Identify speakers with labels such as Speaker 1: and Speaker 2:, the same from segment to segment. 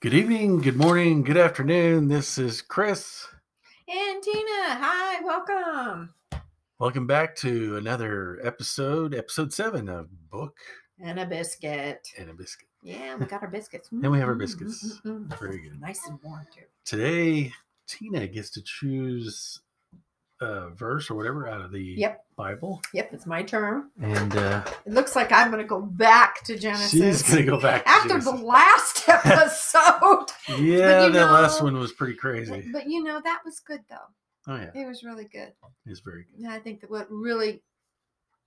Speaker 1: Good evening, good morning, good afternoon. This is Chris.
Speaker 2: And Tina, hi, welcome.
Speaker 1: Welcome back to another episode, episode seven of Book
Speaker 2: And a biscuit.
Speaker 1: and a Biscuit.
Speaker 2: Yeah, we got our biscuits.
Speaker 1: And we have our
Speaker 2: Mm, mm,
Speaker 1: biscuits.
Speaker 2: mm, mm, mm.
Speaker 1: Very good.
Speaker 2: Nice and warm, too.
Speaker 1: Today, Tina gets to choose a verse or whatever out of the
Speaker 2: Yep.
Speaker 1: Bible.
Speaker 2: Yep, it's my turn.
Speaker 1: And uh,
Speaker 2: It looks like I'm going to go back to Genesis.
Speaker 1: she's going to go back to
Speaker 2: After
Speaker 1: Genesis.
Speaker 2: the last episode.
Speaker 1: Yeah,
Speaker 2: you
Speaker 1: that last
Speaker 2: know-
Speaker 1: one was pretty crazy.
Speaker 2: but you know, that was good, though.
Speaker 1: Oh, yeah.
Speaker 2: It was really good.
Speaker 1: It's very good.
Speaker 2: And I think that what really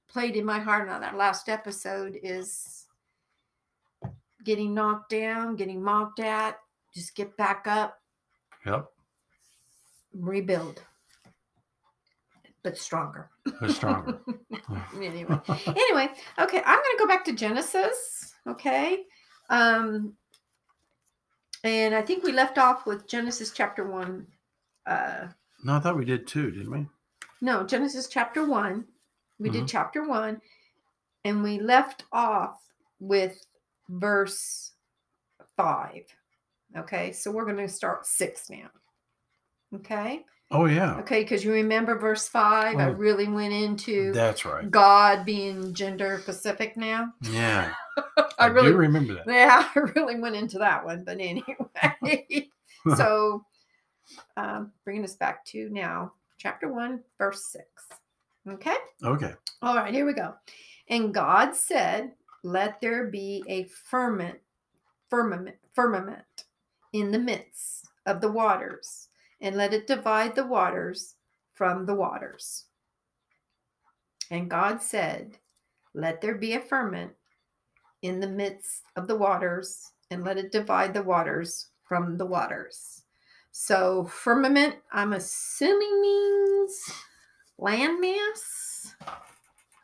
Speaker 2: played in my heart on that last episode is getting knocked down, getting mocked at, just get back up,
Speaker 1: Yep.
Speaker 2: rebuild, but stronger.
Speaker 1: It was stronger.
Speaker 2: Anyway, anyway, okay, I'm going to go back to Genesis. Okay, um, and I think we left off with Genesis chapter one. Uh,
Speaker 1: no, I thought we did two, didn't we?
Speaker 2: no, Genesis chapter one. We did
Speaker 1: Mhm.
Speaker 2: chapter one, and we left off with verse five. Okay, so we're going to start six now. Okay.
Speaker 1: Oh, yeah.
Speaker 2: Okay, because you remember verse five, I
Speaker 1: Well,
Speaker 2: really went into
Speaker 1: That's right.
Speaker 2: God being gender specific now.
Speaker 1: Yeah.
Speaker 2: I really,
Speaker 1: do remember that.
Speaker 2: yeah, I really went into that one. But anyway, so um, bringing us back to now, chapter one, verse six. Okay,
Speaker 1: Okay.
Speaker 2: all right, here we go. And God said, "Let there be a firmament, firmament, firmament in the midst of the waters, and let it divide the waters from the waters. And God said, Let there be a firmament in the midst of the waters, and let it divide the waters from the waters. So, firmament, I'm assuming means landmass.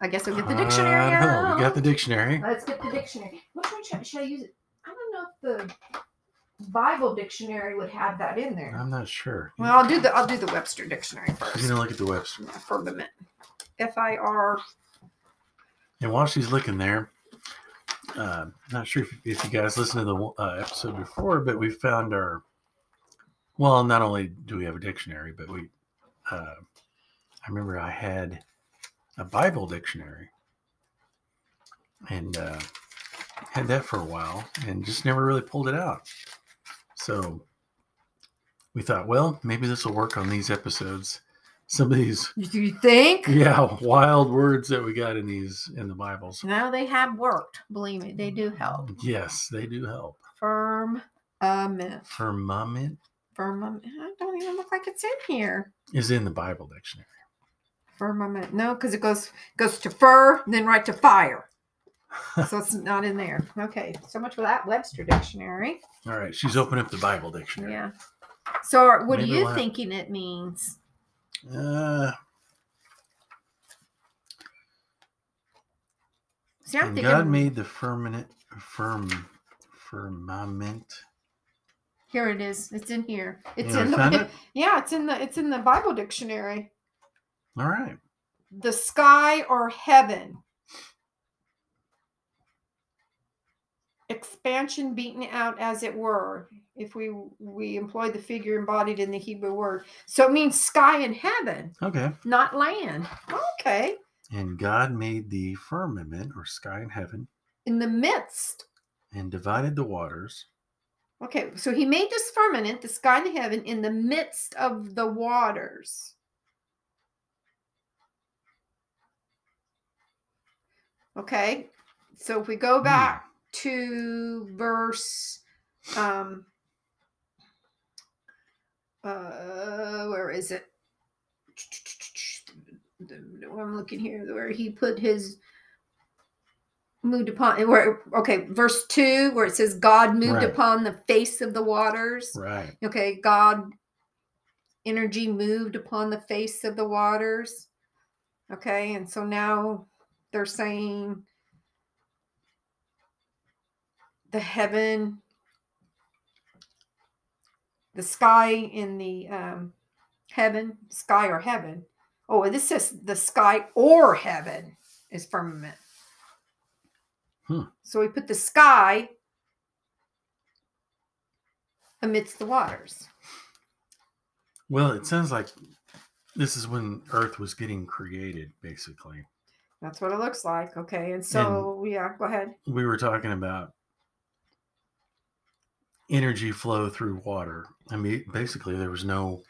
Speaker 2: I guess I'll get the dictionary
Speaker 1: I don't know.
Speaker 2: out.
Speaker 1: We got the dictionary.
Speaker 2: Let's get the dictionary. Which one should, should I use? It? I don't know if the Bible dictionary would have that in there.
Speaker 1: I'm not sure.
Speaker 2: Well, I'll do the I'll do the Webster dictionary
Speaker 1: He's
Speaker 2: first.
Speaker 1: gonna look at the Webster.
Speaker 2: Firmament. F I R.
Speaker 1: And while she's looking there, uh, not sure if, if you guys listened to the uh, episode before, but we found our. Well, not only do we have a dictionary, but we. Uh, I remember I had a Bible dictionary, and uh, had that for a while, and just never really pulled it out. So we thought, well, maybe this will work on these episodes. Some of these
Speaker 2: Do you think?
Speaker 1: yeah wild words that we got in these in the bibles
Speaker 2: No, they have worked. Believe me, they do help.
Speaker 1: yes they do help
Speaker 2: Firm. Firmament.
Speaker 1: firmament
Speaker 2: Firmament. I don't even look like it's in here.
Speaker 1: is in the bible dictionary
Speaker 2: Firmament. No, because it goes goes to fur, then right to fire. so it's not in there. Okay, so much for that Webster dictionary.
Speaker 1: all right she's opened up the bible dictionary
Speaker 2: Yeah. So are- what
Speaker 1: Maybe
Speaker 2: are you
Speaker 1: we'll have-
Speaker 2: thinking it means?
Speaker 1: uh,
Speaker 2: See, I'm
Speaker 1: and
Speaker 2: thinking
Speaker 1: god made the firmament firm firmament
Speaker 2: here it is. It's in here. It's
Speaker 1: Yeah,
Speaker 2: in
Speaker 1: I found
Speaker 2: the
Speaker 1: it.
Speaker 2: yeah. It's in the it's in the Bible dictionary.
Speaker 1: all right
Speaker 2: The sky or heaven. Expansion beaten out, as it were, if we we employ the figure embodied in the Hebrew word, so it means sky and heaven,
Speaker 1: okay
Speaker 2: not land. Okay,
Speaker 1: and god made the firmament or sky and heaven
Speaker 2: in the midst
Speaker 1: and divided the waters
Speaker 2: Okay, so he made this firmament, the sky and the heaven, in the midst of the waters. Okay, so if we go
Speaker 1: Hmm.
Speaker 2: back to verse, um, uh, where is it? I'm looking here, where he put his moved upon where okay verse 2 where it says god moved
Speaker 1: Right.
Speaker 2: upon the face of the waters
Speaker 1: Hmm, right
Speaker 2: okay god energy moved upon the face of the waters okay and so now they're saying the heaven the sky in the um heaven sky or heaven oh this says the sky or heaven is firmament
Speaker 1: Hmm.
Speaker 2: so we put the sky amidst the waters.
Speaker 1: Well, it sounds like this is when Earth was getting created, basically.
Speaker 2: That's what it looks like. Okay. And so, yeah, go ahead.
Speaker 1: We were talking about energy flow through water. I mean, basically, there was no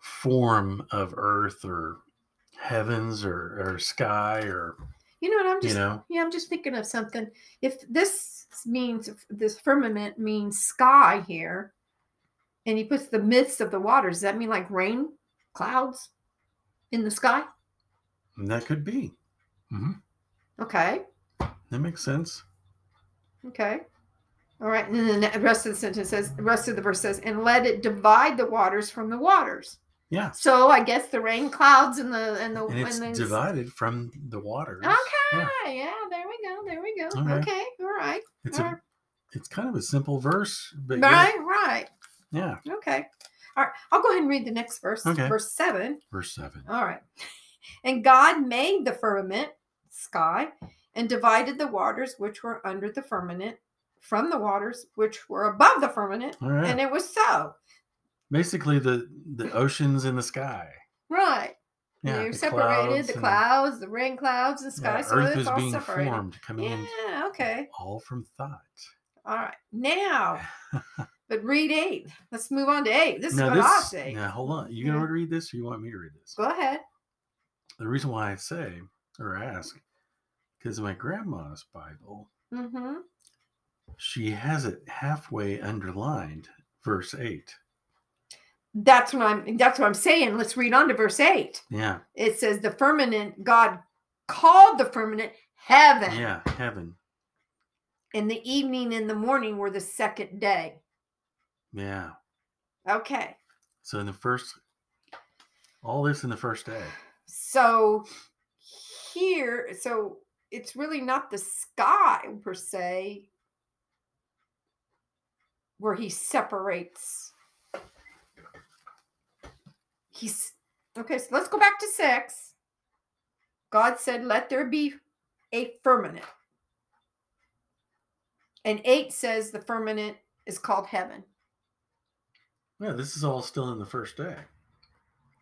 Speaker 1: form of Earth or heavens or, or sky or,
Speaker 2: You know what I'm
Speaker 1: you
Speaker 2: just
Speaker 1: know.
Speaker 2: yeah, I'm just thinking of something. If this means this firmament means sky here, and he puts the midst of the waters, does that mean like rain clouds in the sky?
Speaker 1: And that could be.
Speaker 2: Okay.
Speaker 1: That makes sense.
Speaker 2: Okay. All right. And then the rest of the sentence says, the rest of the verse says, and let it divide the waters from the waters.
Speaker 1: Yeah.
Speaker 2: So I guess the rain clouds and the and the
Speaker 1: And it's
Speaker 2: and the-
Speaker 1: divided from the waters.
Speaker 2: Oh, Okay. Yeah. There we go. There we go.
Speaker 1: Okay.
Speaker 2: Okay. All right.
Speaker 1: It's
Speaker 2: all
Speaker 1: a it's kind of a simple verse, but yet-
Speaker 2: right. Right.
Speaker 1: yeah.
Speaker 2: Okay. All right. I'll go ahead and read the next verse.
Speaker 1: Okay.
Speaker 2: Verse seven.
Speaker 1: Verse seven.
Speaker 2: All right. And God made the firmament, sky, and divided the waters which were under the firmament from the waters which were above the firmament.
Speaker 1: All right.
Speaker 2: And it was so.
Speaker 1: Basically, the the oceans in the sky.
Speaker 2: Right.
Speaker 1: Yeah.
Speaker 2: They're
Speaker 1: the
Speaker 2: separated, the
Speaker 1: and-
Speaker 2: clouds, the rain clouds, the sky.
Speaker 1: yeah,
Speaker 2: so
Speaker 1: Earth
Speaker 2: it's
Speaker 1: is
Speaker 2: all
Speaker 1: being
Speaker 2: separated.
Speaker 1: formed, coming in
Speaker 2: Yeah, okay.
Speaker 1: all from thought.
Speaker 2: All right. Now, but read eight. Let's move on to eight. This
Speaker 1: now
Speaker 2: is what I'll
Speaker 1: this.
Speaker 2: say.
Speaker 1: Now hold on. You gonna
Speaker 2: Yeah.
Speaker 1: want to read this, or you want me to read this?
Speaker 2: Go ahead.
Speaker 1: The reason why I say or ask, because my grandma's Bible,
Speaker 2: Mm-hmm.
Speaker 1: she has it halfway underlined, verse eight.
Speaker 2: That's what I'm that's what I'm saying. Let's read on to verse eight.
Speaker 1: Yeah.
Speaker 2: It says the firmament, God called the firmament heaven.
Speaker 1: Yeah. Heaven.
Speaker 2: And the evening and the morning were the second day.
Speaker 1: Yeah.
Speaker 2: Okay.
Speaker 1: So in the first, all this in the first day.
Speaker 2: So here, so it's really not the sky per se where he separates. He's okay, so let's go back to six. God said, Let there be a firmament. And eight says the firmament is called heaven.
Speaker 1: Yeah, this is all still in the first day.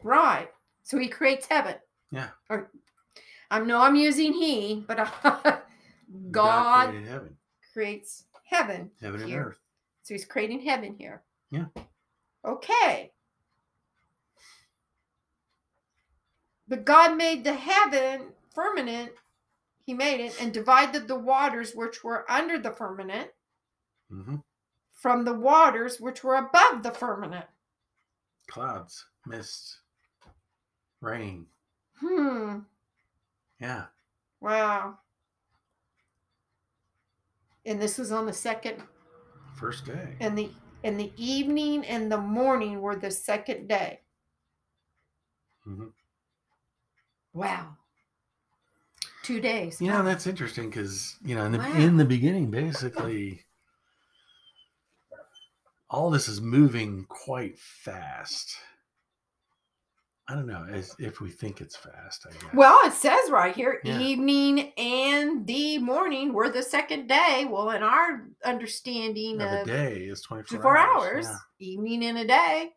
Speaker 2: Right. So he creates heaven.
Speaker 1: Yeah.
Speaker 2: Or I know I'm using he, but God,
Speaker 1: created heaven,
Speaker 2: creates heaven.
Speaker 1: heaven and
Speaker 2: here.
Speaker 1: earth.
Speaker 2: So he's creating heaven here.
Speaker 1: Yeah.
Speaker 2: Okay. But God made the heaven firmament. He made it and divided the waters which were under the firmament
Speaker 1: hmm
Speaker 2: from the waters which were above the firmament.
Speaker 1: Clouds, mist, rain.
Speaker 2: Hmm.
Speaker 1: Yeah,
Speaker 2: Wow. And this was on the second
Speaker 1: first day.
Speaker 2: and the and the evening and the morning were the second day.
Speaker 1: Mhm.
Speaker 2: Wow. Two days.
Speaker 1: You know
Speaker 2: Wow.
Speaker 1: that's interesting because you know in the
Speaker 2: Wow.
Speaker 1: in the beginning, basically, all this is moving quite fast. I don't know as, if we think it's fast. I guess.
Speaker 2: well, it says right here,
Speaker 1: Yeah.
Speaker 2: evening and the morning were the second day. Well, in our understanding
Speaker 1: Now, the
Speaker 2: of
Speaker 1: day is twenty
Speaker 2: four hours, evening and a day.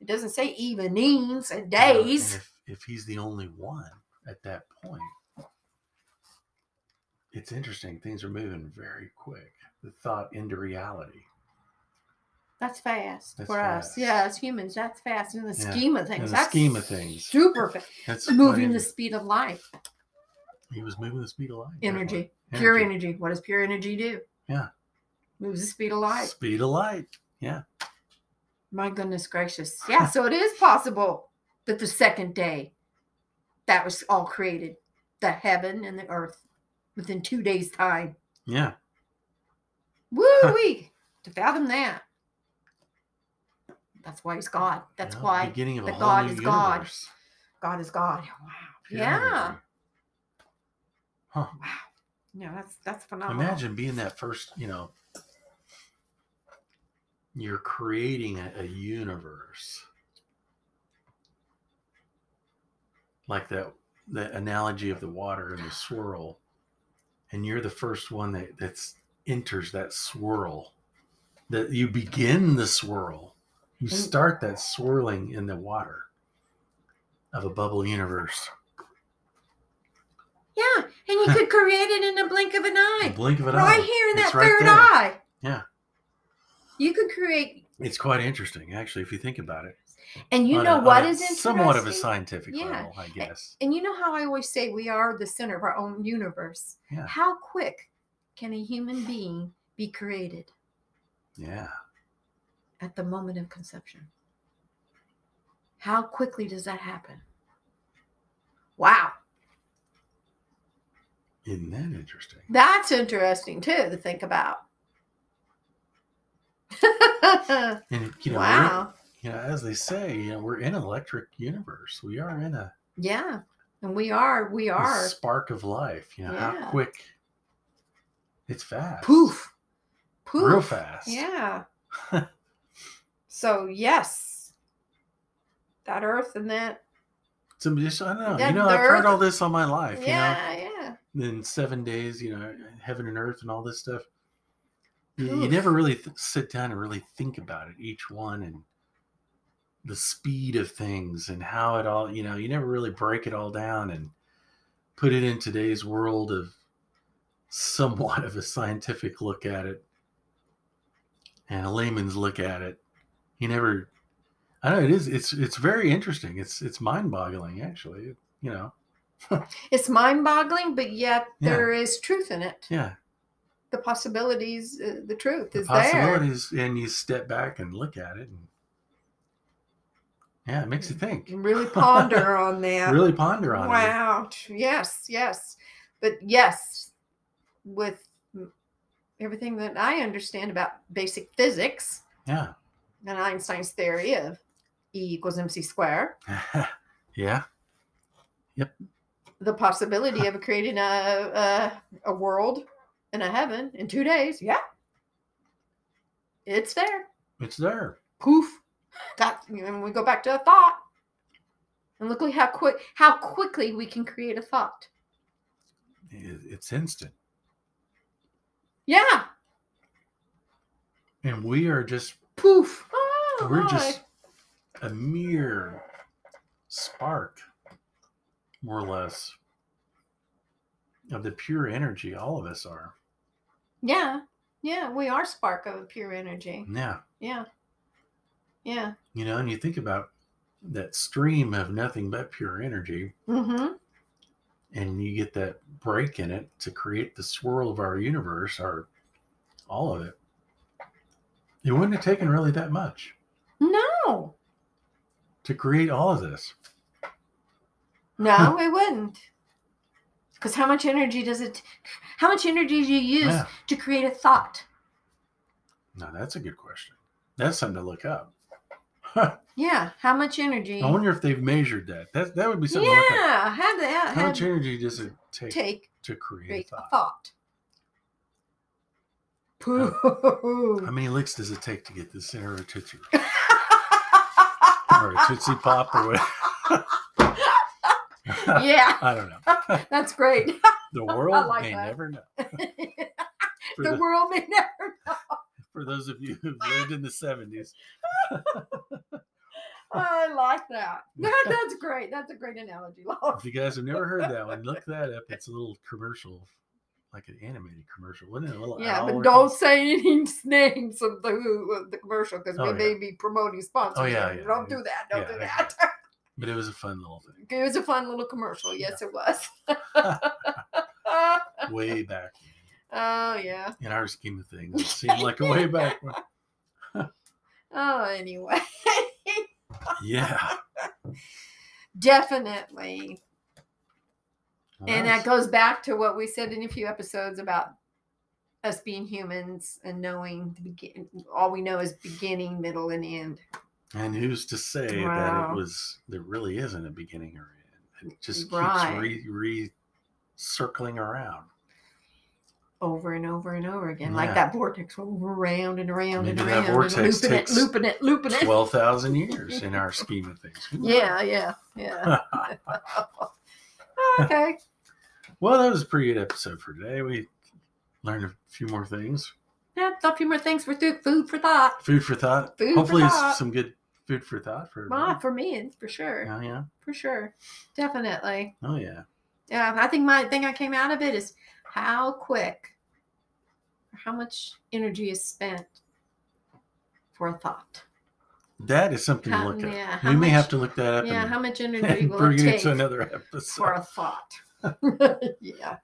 Speaker 2: It doesn't say evenings and
Speaker 1: Yeah, and
Speaker 2: days.
Speaker 1: if, if he's the only one at that point, it's interesting. Things are moving very quick. The thought into reality.
Speaker 2: That's fast
Speaker 1: That's
Speaker 2: for us.
Speaker 1: fast.
Speaker 2: Yeah, as humans, that's fast in the
Speaker 1: Yeah,
Speaker 2: scheme of things.
Speaker 1: the
Speaker 2: that's
Speaker 1: scheme of things.
Speaker 2: Super fast.
Speaker 1: That's quite
Speaker 2: Moving the
Speaker 1: inter-
Speaker 2: speed of light.
Speaker 1: He was moving the speed of light.
Speaker 2: Energy.
Speaker 1: definitely.
Speaker 2: Pure energy. What does pure energy do?
Speaker 1: Yeah.
Speaker 2: Moves the speed of light.
Speaker 1: Speed of light.
Speaker 2: My goodness gracious. Yeah, so it is possible that the second day that was all created, the heaven and the earth within two days' time.
Speaker 1: Yeah.
Speaker 2: Woo wee! to fathom that. That's why he's God. That's
Speaker 1: Yeah,
Speaker 2: why
Speaker 1: Beginning of
Speaker 2: the
Speaker 1: a whole
Speaker 2: God
Speaker 1: new
Speaker 2: is God.
Speaker 1: universe.
Speaker 2: God is God. Wow.
Speaker 1: Pure
Speaker 2: yeah.
Speaker 1: energy. Huh.
Speaker 2: Wow. Yeah, that's that's phenomenal.
Speaker 1: Imagine being that first, you know, you're creating a, a universe. Like that the analogy of the water and the swirl. And you're the first one that that's enters that swirl that you begin the swirl. You
Speaker 2: Mm.
Speaker 1: start that swirling in the water of a bubble universe.
Speaker 2: Yeah, and you could create it in a blink of an
Speaker 1: The
Speaker 2: eye,
Speaker 1: blink of an
Speaker 2: right
Speaker 1: eye.
Speaker 2: here in
Speaker 1: It's
Speaker 2: that
Speaker 1: right
Speaker 2: third
Speaker 1: there.
Speaker 2: eye.
Speaker 1: Yeah.
Speaker 2: You could create,
Speaker 1: It's quite interesting, actually, if you think about it.
Speaker 2: and you
Speaker 1: On a-
Speaker 2: know
Speaker 1: on
Speaker 2: what
Speaker 1: a
Speaker 2: is
Speaker 1: uh,
Speaker 2: interesting.
Speaker 1: somewhat of a scientific
Speaker 2: Yeah. Eh
Speaker 1: level, I guess.
Speaker 2: And you know how I always say we are the center of our own universe.
Speaker 1: Yeah.
Speaker 2: How quick can a human being be created
Speaker 1: Yeah,
Speaker 2: at the moment of conception? How quickly does that happen? Wow,
Speaker 1: isn't that interesting?
Speaker 2: that's interesting too to think about.
Speaker 1: And you know, we're-
Speaker 2: wow.
Speaker 1: you know, as they say, you know, we're in an electric universe. We are in a,
Speaker 2: Yeah. And we are, we
Speaker 1: a
Speaker 2: are.
Speaker 1: spark of life. You know,
Speaker 2: Yeah.
Speaker 1: how quick? It's fast.
Speaker 2: Poof. Poof.
Speaker 1: Real fast.
Speaker 2: Yeah. so yes, that Earth and that.
Speaker 1: So just, I don't know.
Speaker 2: That-
Speaker 1: you know,
Speaker 2: the
Speaker 1: I've heard
Speaker 2: earth-
Speaker 1: all this on my life. You
Speaker 2: yeah, yeah.
Speaker 1: know, in seven days, you know, heaven and earth and all this stuff. You, you
Speaker 2: Oof.
Speaker 1: never really th- sit down and really think about it, each one and the speed of things and how it all, you know, you never really break it all down and put it in today's world of somewhat of a scientific look at it and a layman's look at it. You never, I don't know, it is, it's, it's very interesting. It's, it's mind boggling actually, you know.
Speaker 2: It's mind-boggling, but yet
Speaker 1: Yeah.
Speaker 2: there is truth in it.
Speaker 1: Yeah,
Speaker 2: The possibilities, uh, the truth
Speaker 1: the
Speaker 2: is there.
Speaker 1: possibilities, and you step back and look at it, and yeah, it makes you think.
Speaker 2: You Really ponder on that.
Speaker 1: Really ponder on it.
Speaker 2: wow. Yes, yes. But yes, with m- everything that I understand about basic physics
Speaker 1: Yeah,
Speaker 2: and Einstein's theory of E equals mc squared,
Speaker 1: yeah,
Speaker 2: the possibility of creating a, a a world and a heaven in two days. Yeah, it's there.
Speaker 1: it's there.
Speaker 2: Poof. That and we go back to a thought, and look at how quick how quickly we can create a thought.
Speaker 1: It- It's instant,
Speaker 2: Yeah.
Speaker 1: and we are just
Speaker 2: Poof. Oh,
Speaker 1: we're
Speaker 2: my.
Speaker 1: just a mere spark, more or less, of the pure energy. All of us are.
Speaker 2: yeah yeah we are spark of pure energy.
Speaker 1: Yeah,
Speaker 2: Yeah. Yeah.
Speaker 1: you know, and you think about that stream of nothing but pure energy.
Speaker 2: Mm-hmm.
Speaker 1: and you get that break in it to create the swirl of our universe or all of it it wouldn't have taken really that much
Speaker 2: No.
Speaker 1: to create all of this
Speaker 2: No, it wouldn't. Because how much energy does it? How much energy do you use
Speaker 1: Yeah.
Speaker 2: to create a thought?
Speaker 1: now that's a good question that's something to look up
Speaker 2: Yeah, how much energy?
Speaker 1: i wonder if they've measured that that, that would be something to look up
Speaker 2: yeah, have that.
Speaker 1: how
Speaker 2: Have
Speaker 1: much energy does it take,
Speaker 2: take
Speaker 1: to create
Speaker 2: create
Speaker 1: a
Speaker 2: a
Speaker 1: thought
Speaker 2: thought. Pooh.
Speaker 1: how many licks does it take to get this center of a tootsie Roll or a tootsie pop or whatever
Speaker 2: yeah,
Speaker 1: i don't know
Speaker 2: that's great.
Speaker 1: the world
Speaker 2: like
Speaker 1: may
Speaker 2: that.
Speaker 1: never know
Speaker 2: the
Speaker 1: for, the,
Speaker 2: world may never.
Speaker 1: for those of you who've lived in the 70s
Speaker 2: I like that. that. That's great. That's a great analogy, Laura.
Speaker 1: If you guys have never heard that one, look that up. It's a little commercial, like an animated commercial, wasn't it? A little
Speaker 2: Yeah,
Speaker 1: owl
Speaker 2: but
Speaker 1: or
Speaker 2: don't
Speaker 1: something?
Speaker 2: say any names of the who of the commercial because we
Speaker 1: Oh, yeah. Oh,
Speaker 2: may be promoting sponsors.
Speaker 1: yeah,
Speaker 2: here.
Speaker 1: yeah,
Speaker 2: Don't
Speaker 1: yeah.
Speaker 2: do that. Don't
Speaker 1: Yeah,
Speaker 2: do
Speaker 1: I
Speaker 2: that.
Speaker 1: But it was a fun little thing,
Speaker 2: It was a fun little commercial. Yes, it was.
Speaker 1: way back
Speaker 2: oh yeah.
Speaker 1: in our scheme of things. It seemed like a way back. When.
Speaker 2: Oh, anyway,
Speaker 1: Yeah,
Speaker 2: definitely. And that
Speaker 1: nice.
Speaker 2: goes back to what we said in a few episodes about us being humans and knowing the begin- all we know is beginning, middle, and end.
Speaker 1: and who's to say that
Speaker 2: Wow.
Speaker 1: it was? There really isn't a beginning or end. It just keeps
Speaker 2: Right.
Speaker 1: re, re circling around.
Speaker 2: over and over and over again,
Speaker 1: Yeah.
Speaker 2: like that vortex over around and around
Speaker 1: Maybe
Speaker 2: and around,
Speaker 1: that
Speaker 2: and
Speaker 1: vortex
Speaker 2: looping
Speaker 1: takes
Speaker 2: it, looping it, looping it.
Speaker 1: Twelve thousand years in our scheme of things. Who knows?
Speaker 2: Yeah, yeah, yeah. okay.
Speaker 1: Well, that was a pretty good episode for today. We learned a few more things.
Speaker 2: Yeah, a few more things for th- food for thought.
Speaker 1: Food for thought.
Speaker 2: Food for
Speaker 1: Hopefully, s-
Speaker 2: thought.
Speaker 1: some good food for thought for.
Speaker 2: Well,
Speaker 1: everybody.
Speaker 2: for me, it's for sure,
Speaker 1: Yeah, yeah.
Speaker 2: for sure, definitely.
Speaker 1: Oh, yeah.
Speaker 2: Yeah, I think my thing I came out of it is how quick, how much energy is spent for a thought.
Speaker 1: That is something to
Speaker 2: How-
Speaker 1: look at.
Speaker 2: yeah,
Speaker 1: we
Speaker 2: how
Speaker 1: may
Speaker 2: much-
Speaker 1: have to look that up
Speaker 2: Yeah,
Speaker 1: and,
Speaker 2: how much energy
Speaker 1: and
Speaker 2: will it
Speaker 1: bring it
Speaker 2: take
Speaker 1: to another
Speaker 2: for
Speaker 1: episode.
Speaker 2: a thought? yeah,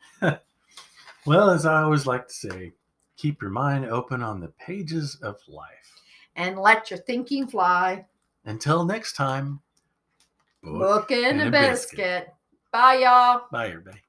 Speaker 1: Well, as I always like to say, keep your mind open on the pages of life.
Speaker 2: and let your thinking fly.
Speaker 1: Until next time, book.
Speaker 2: Book in
Speaker 1: and
Speaker 2: a
Speaker 1: a
Speaker 2: biscuit.
Speaker 1: biscuit.
Speaker 2: Bye, y'all.
Speaker 1: Bye, everybody.